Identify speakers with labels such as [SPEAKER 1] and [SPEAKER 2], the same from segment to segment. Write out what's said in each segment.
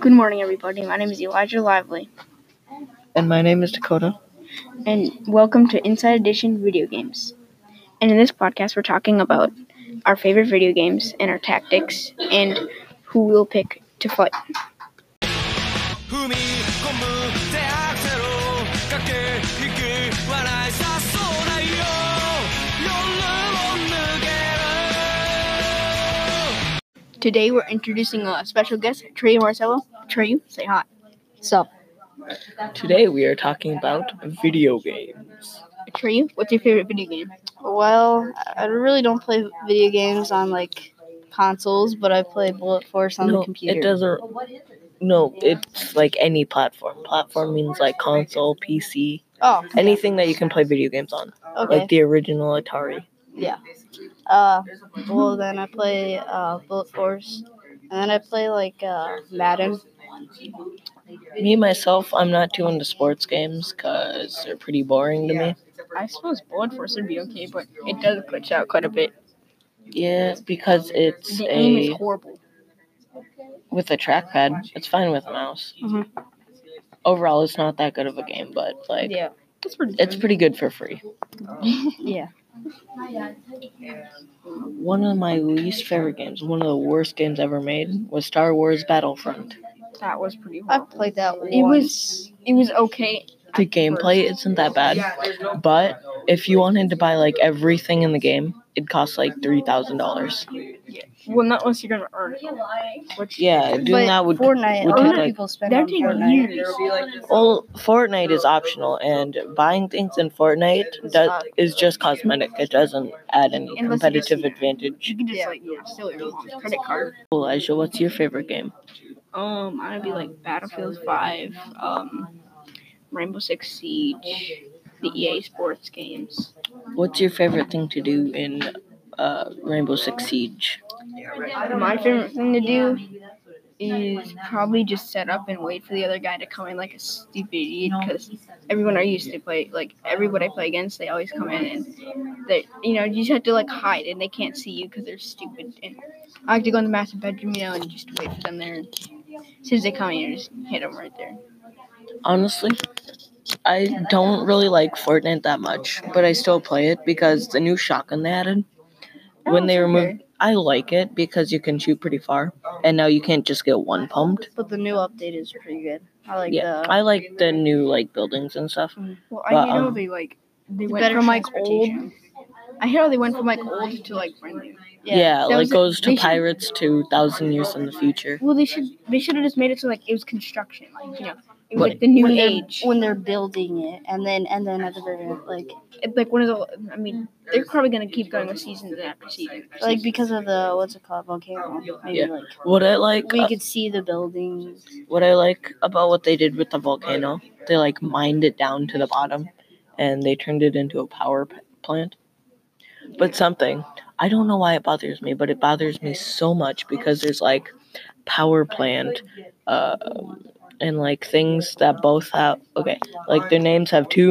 [SPEAKER 1] Good morning, everybody. My name is Elijah Lively,
[SPEAKER 2] And my name is Dakota.
[SPEAKER 1] and welcome to Inside Edition Video Games. And in this podcast, we're talking about our favorite video games and our tactics and who we'll pick to fight.
[SPEAKER 3] 踏み込む手アクセルを駆け引き笑いさそうないよ夜も抜ける
[SPEAKER 1] Today, we're introducing a special guest, Trey Marcello. Trey, say hi. Sup.
[SPEAKER 2] Today we are talking about video games.
[SPEAKER 1] Trey, what's your favorite video game?
[SPEAKER 4] Well, I I really don't play video games on like consoles, but I play Bullet Force on the computer.
[SPEAKER 2] it doesn't. No, it's like any platform. Platform means like console, PC,
[SPEAKER 4] Oh,
[SPEAKER 2] anything that you can play video games on,
[SPEAKER 4] okay.
[SPEAKER 2] like the original Atari.
[SPEAKER 4] yeah. Uh, well then I play uh Bullet Force, and then I play like uh Madden.
[SPEAKER 2] Me myself, I'm not too into sports games because they're pretty boring to me.
[SPEAKER 1] I suppose Bullet Force would be okay, but it does glitch out quite a bit.
[SPEAKER 2] Yeah, because it's
[SPEAKER 1] The aim is
[SPEAKER 2] a
[SPEAKER 1] horrible.
[SPEAKER 2] with a trackpad. It's fine with mouse.
[SPEAKER 1] Mm-hmm.
[SPEAKER 4] Mhm.
[SPEAKER 2] Overall, it's not that good of a game, but like
[SPEAKER 4] Yeah.
[SPEAKER 1] That's pretty
[SPEAKER 2] it's pretty good for free.
[SPEAKER 4] Yeah.
[SPEAKER 2] One of my least favorite games, one of the worst games ever made, was Star Wars Battlefront.
[SPEAKER 1] That was pretty
[SPEAKER 4] I
[SPEAKER 1] horrible.
[SPEAKER 4] played that once.
[SPEAKER 1] Uh, It was it was okay.
[SPEAKER 2] The
[SPEAKER 1] at first.
[SPEAKER 2] gameplay isn't that bad, but if you wanted to buy like everything in the game, it costs like three thousand dollars.
[SPEAKER 1] Well, not unless you're gonna earn it. Which
[SPEAKER 2] Yeah, doing
[SPEAKER 4] But
[SPEAKER 2] that would.
[SPEAKER 4] Fortnite.
[SPEAKER 2] would
[SPEAKER 4] a lot
[SPEAKER 2] take,
[SPEAKER 4] of
[SPEAKER 2] like-
[SPEAKER 4] people spend
[SPEAKER 1] that
[SPEAKER 4] on
[SPEAKER 1] takes
[SPEAKER 4] Fortnite.
[SPEAKER 1] years.
[SPEAKER 2] Well, Fortnite is optional, and buying things in Fortnite does, is just cosmetic. It doesn't add any
[SPEAKER 1] Unless you just-
[SPEAKER 2] competitive advantage.
[SPEAKER 1] You can just
[SPEAKER 4] Yeah.
[SPEAKER 1] like yeah, steal your mom's credit card.
[SPEAKER 2] Elijah, what's your favorite game?
[SPEAKER 1] Um, I'd be like Battlefield Five, um, Rainbow Six Siege, the EA Sports games.
[SPEAKER 2] What's your favorite thing to do in uh, Rainbow Six Siege?
[SPEAKER 1] My favorite thing to do is probably just set up and wait for the other guy to come in like a stupid idiot because everyone I used to play like everybody I play against they always come in and they you know you just have to like hide and they can't see you because they're stupid and I like to go in the master bedroom you know and just wait for them there and as soon as they come in you just hit them right there
[SPEAKER 2] honestly, I don't really like Fortnite that much, but I still play it because the new shotgun they added, when
[SPEAKER 1] Oh,
[SPEAKER 2] they removed, I like it because you can shoot pretty far, and now you can't just get one pumped.
[SPEAKER 4] But the new update is pretty good. I like
[SPEAKER 2] yeah,
[SPEAKER 4] the.
[SPEAKER 2] I like the new like buildings and stuff.
[SPEAKER 1] well
[SPEAKER 2] But,
[SPEAKER 1] I you know
[SPEAKER 2] um,
[SPEAKER 1] they like they
[SPEAKER 4] the
[SPEAKER 1] went
[SPEAKER 4] better
[SPEAKER 1] from like old
[SPEAKER 4] transportation.
[SPEAKER 1] I hear how they went from like old to like brand new
[SPEAKER 2] Yeah,
[SPEAKER 1] that
[SPEAKER 2] like
[SPEAKER 1] was-
[SPEAKER 2] goes to
[SPEAKER 1] they should-
[SPEAKER 2] pirates to thousand years in the future.
[SPEAKER 1] well they should they should have just made it so like it was construction like you know it was
[SPEAKER 2] What-
[SPEAKER 1] like the new
[SPEAKER 4] when they're-
[SPEAKER 1] age
[SPEAKER 4] when they're building it, and then and then at the very end, like
[SPEAKER 1] It's like one of the. I mean, they're probably gonna keep going with seasons after season.
[SPEAKER 4] like because of the what's it called volcano, maybe
[SPEAKER 2] Yeah.
[SPEAKER 4] like
[SPEAKER 2] What I like,
[SPEAKER 4] we could see the buildings.
[SPEAKER 2] what I like about what they did with the volcano, they like mined it down to the bottom, and they turned it into a power p- plant. But something I don't know why it bothers me, but it bothers me so much because there's like power plant, uh, and like things that both have okay, like their names have two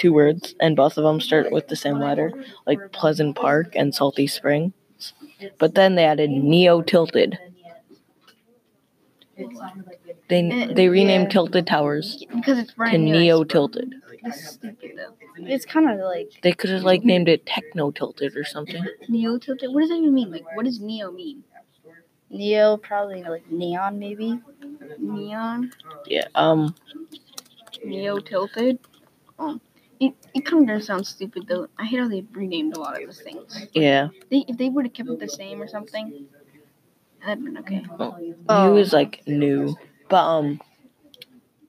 [SPEAKER 2] two words, and both of them start with the same letter, like Pleasant Park and Salty Springs. But then they added Neo Tilted. They they renamed
[SPEAKER 4] Yeah.
[SPEAKER 2] Tilted Towers
[SPEAKER 1] because it's
[SPEAKER 2] to
[SPEAKER 1] brand new.
[SPEAKER 2] Neo Tilted.
[SPEAKER 1] It's stupid though.
[SPEAKER 4] It's kind of like
[SPEAKER 2] They could have like named it Techno Tilted or something.
[SPEAKER 1] Neo tilted. What does that even mean? Like, what does Neo mean?
[SPEAKER 4] neo, probably like neon, maybe.
[SPEAKER 1] Neon.
[SPEAKER 2] Yeah. Um.
[SPEAKER 1] Neo tilted. Um, it it kind of does sound stupid though. I hate how they renamed a lot of those things.
[SPEAKER 2] Yeah.
[SPEAKER 1] They if they would have kept it the same or something, that'd been okay.
[SPEAKER 4] Oh.
[SPEAKER 2] New is like new, but um.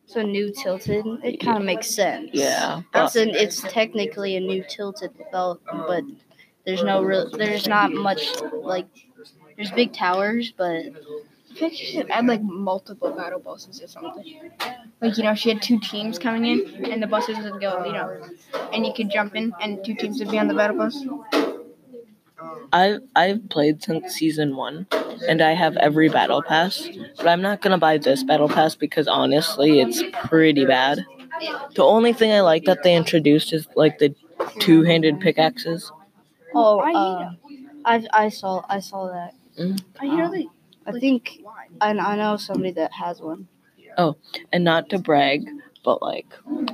[SPEAKER 4] So new tilted, it kind of makes sense.
[SPEAKER 2] Yeah.
[SPEAKER 4] That's
[SPEAKER 2] But,
[SPEAKER 4] an, it's technically a new tilted belt, but there's no real, there's not much like, there's big towers, but
[SPEAKER 1] I feel like she should add like multiple battle bosses or something. Like you know, she had two teams coming in, and the buses would go, you know, and you could jump in, and two teams would be on the battle bus.
[SPEAKER 2] I I've played since season one, and I have every battle pass. But I'm not gonna buy this battle pass because honestly, it's pretty bad. The only thing I like that they introduced is like the two-handed pickaxes.
[SPEAKER 4] oh,
[SPEAKER 1] I hate
[SPEAKER 4] uh, I I saw I saw that.
[SPEAKER 1] I hear they.
[SPEAKER 4] I think
[SPEAKER 1] Why?
[SPEAKER 4] And I know somebody that has one.
[SPEAKER 2] and not to brag, but like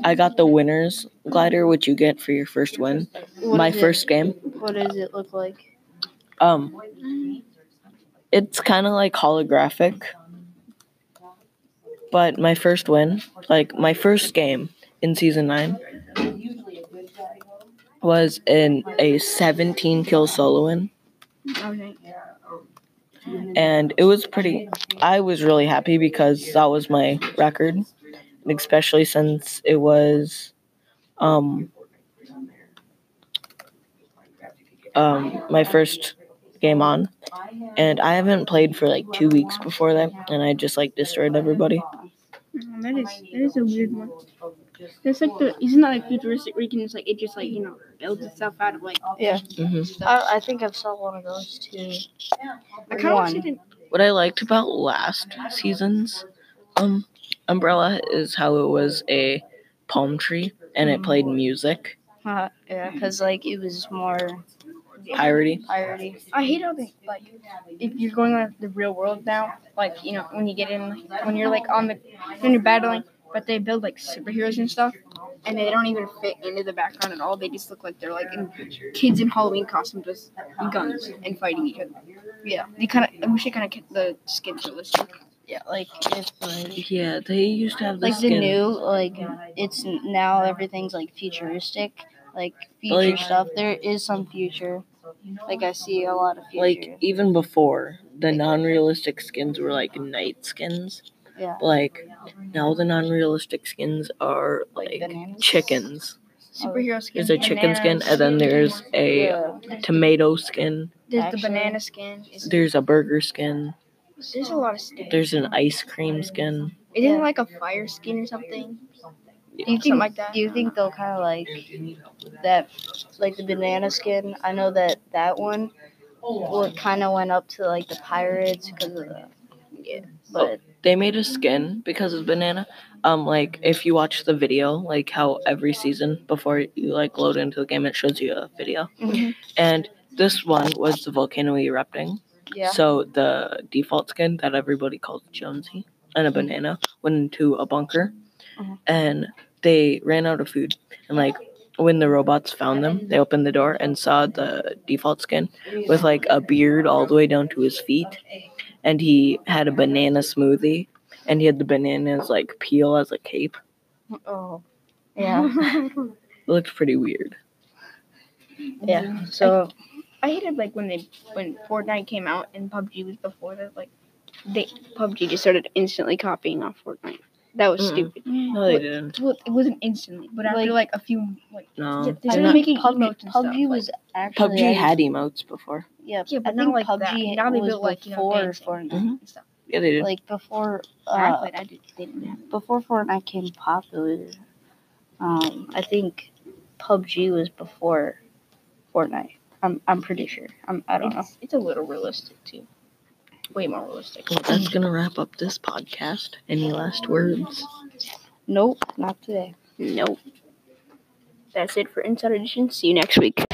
[SPEAKER 2] I got the winner's glider, which you get for your first win.
[SPEAKER 4] What
[SPEAKER 2] My
[SPEAKER 4] is it-
[SPEAKER 2] first game.
[SPEAKER 4] What does it look like?
[SPEAKER 2] Um, it's kind of like holographic, but my first win, like my first game in season nine, was in a 17 kill solo win,
[SPEAKER 1] Okay.
[SPEAKER 2] and it was pretty. I was really happy because that was my record, and especially since it was, um, um, my first game on. and I haven't played for like two weeks before that, and I just like destroyed everybody.
[SPEAKER 1] Mm, That is that is a weird one. That's like the isn't that like futuristic where you can just like it just like you know builds itself out of like
[SPEAKER 4] Yeah.
[SPEAKER 2] hmm
[SPEAKER 4] I, I think I've saw one of those too.
[SPEAKER 1] I kind of wish
[SPEAKER 4] One.
[SPEAKER 1] it didn't.
[SPEAKER 2] What I liked about last season's um umbrella is how it was a palm tree and it played music
[SPEAKER 4] Uh, yeah, because like it was more
[SPEAKER 2] parody.
[SPEAKER 4] irony.
[SPEAKER 1] I hate how they like if you're going on the real world now, like you know when you get in like, when you're like on the when you're battling, but they build like superheroes and stuff, and they don't even fit into the background at all. They just look like they're like in, kids in Halloween costumes with guns and fighting each other. Yeah, they kind of I wish they kind of kept the skins realistic.
[SPEAKER 4] Yeah, like if like,
[SPEAKER 2] Yeah, they used to have the
[SPEAKER 4] like the
[SPEAKER 2] skin.
[SPEAKER 4] new like it's n- now everything's like futuristic, like future
[SPEAKER 2] Like-
[SPEAKER 4] stuff. There is some future. Like I see a lot of future.
[SPEAKER 2] like even before the non-realistic skins were like night skins.
[SPEAKER 4] Yeah.
[SPEAKER 2] Like now the non-realistic skins are like
[SPEAKER 4] bananas?
[SPEAKER 2] chickens.
[SPEAKER 1] Superhero skin.
[SPEAKER 2] There's a chicken skin,
[SPEAKER 1] bananas,
[SPEAKER 2] and then there's a
[SPEAKER 4] yeah.
[SPEAKER 2] tomato skin,
[SPEAKER 1] there's the
[SPEAKER 4] Actually-
[SPEAKER 1] banana skin. Is-
[SPEAKER 2] there's a burger skin,
[SPEAKER 1] There's a lot of skins.
[SPEAKER 2] there's an ice cream skin.
[SPEAKER 1] Isn't
[SPEAKER 4] Yeah.
[SPEAKER 1] it like a fire skin or something?
[SPEAKER 4] Do you
[SPEAKER 1] Something
[SPEAKER 4] think
[SPEAKER 1] like that.
[SPEAKER 4] do you think they'll kind of like that like the banana skin? I know that that one well, kind of went up to like the pirates because of the yeah,
[SPEAKER 1] Oh,
[SPEAKER 4] but
[SPEAKER 2] They made a skin because of banana. Um, like if you watch the video, like how every season before you like load into the game, it shows you a video.
[SPEAKER 4] Mhm.
[SPEAKER 2] And this one was the volcano erupting.
[SPEAKER 4] yeah,
[SPEAKER 2] So the default skin that everybody called Jonesy and a banana went into a bunker,
[SPEAKER 4] Mhm.
[SPEAKER 2] and they ran out of food. And like when the robots found them, they opened the door and saw the default skin with like a beard all the way down to his feet, and he had a banana smoothie, and he had the bananas like peel as a cape.
[SPEAKER 4] oh yeah,
[SPEAKER 2] It looked pretty weird.
[SPEAKER 1] Mm-hmm.
[SPEAKER 4] yeah. So
[SPEAKER 1] I hated like when they when Fortnite came out and PUBG was before that. Like they PUBG just started instantly copying off Fortnite. That was
[SPEAKER 2] Mm-mm.
[SPEAKER 1] stupid.
[SPEAKER 2] No, they didn't.
[SPEAKER 1] Well, it wasn't instantly, but after like, a few like
[SPEAKER 2] No.
[SPEAKER 1] they started
[SPEAKER 4] not-
[SPEAKER 1] making
[SPEAKER 4] PUBG,
[SPEAKER 1] emotes and stuff.
[SPEAKER 4] PUBG was actually
[SPEAKER 2] PUBG had emotes before.
[SPEAKER 4] yeah,
[SPEAKER 1] Yeah, but
[SPEAKER 4] I
[SPEAKER 1] not
[SPEAKER 4] think
[SPEAKER 1] like that.
[SPEAKER 4] PUBG
[SPEAKER 1] Now they
[SPEAKER 4] was
[SPEAKER 1] built, like, you know,
[SPEAKER 4] before
[SPEAKER 1] dancing.
[SPEAKER 4] Fortnite,
[SPEAKER 2] Mhm.
[SPEAKER 1] and stuff.
[SPEAKER 2] Yeah, they did.
[SPEAKER 4] like before
[SPEAKER 1] I
[SPEAKER 4] uh,
[SPEAKER 1] played. I did. They didn't have.
[SPEAKER 4] before Fortnite came popular. Um, I think PUBG was before Fortnite. I'm I'm pretty sure.
[SPEAKER 1] um,
[SPEAKER 4] I'm I don't know.
[SPEAKER 1] It's, it's a little realistic too. Way more realistic.
[SPEAKER 2] well, that's gonna wrap up this podcast. Any last words?
[SPEAKER 4] Nope, not today.
[SPEAKER 1] Nope. That's it for Inside Edition. See you next week.